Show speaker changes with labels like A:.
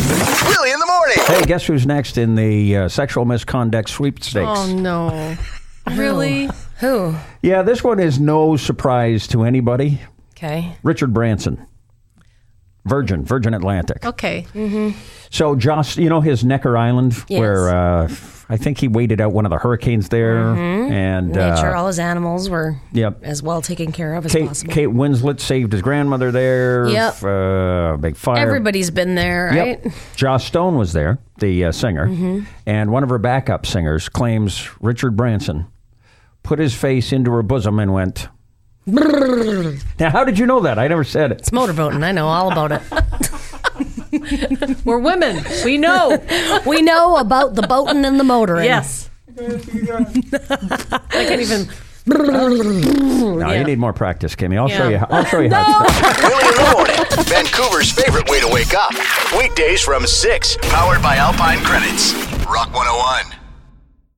A: Billy in the morning.
B: Hey, guess who's next in the uh, sexual misconduct sweepstakes?
C: Oh no. Really?
D: Who?
B: Yeah, this one is no surprise to anybody.
D: Okay.
B: Richard Branson, Virgin, Virgin Atlantic.
D: Oh.
C: Okay.
B: So Joss, you know his Necker Island,
D: Yes.
B: where uh, I think he waited out one of the hurricanes there, and
D: Nature,
B: uh,
D: all his animals were
B: yep.
D: Mm-hmm. as well taken care of as
B: Kate,
D: possible.
B: Kate Winslet saved his grandmother there.
D: Yep.
B: Uh, big fire.
D: Everybody's been there, right?
B: Yep. Joss Stone was there, the uh, singer, and one of her backup singers claims Richard Branson put his face into her bosom and went. now, how did you know that? I never said it.
D: It's motorboating. I know all about it.
C: We're women. We know.
D: we know about the boating and the motoring.
C: yes. I can't even
B: No, you need more practice, Kimmy. I'll show
C: Yeah.
B: you. How, I'll show you how. It's done.
A: Billy in the morning. Vancouver's favorite way to wake up. Weekdays from 6. Powered by Alpine Credits. Rock 101.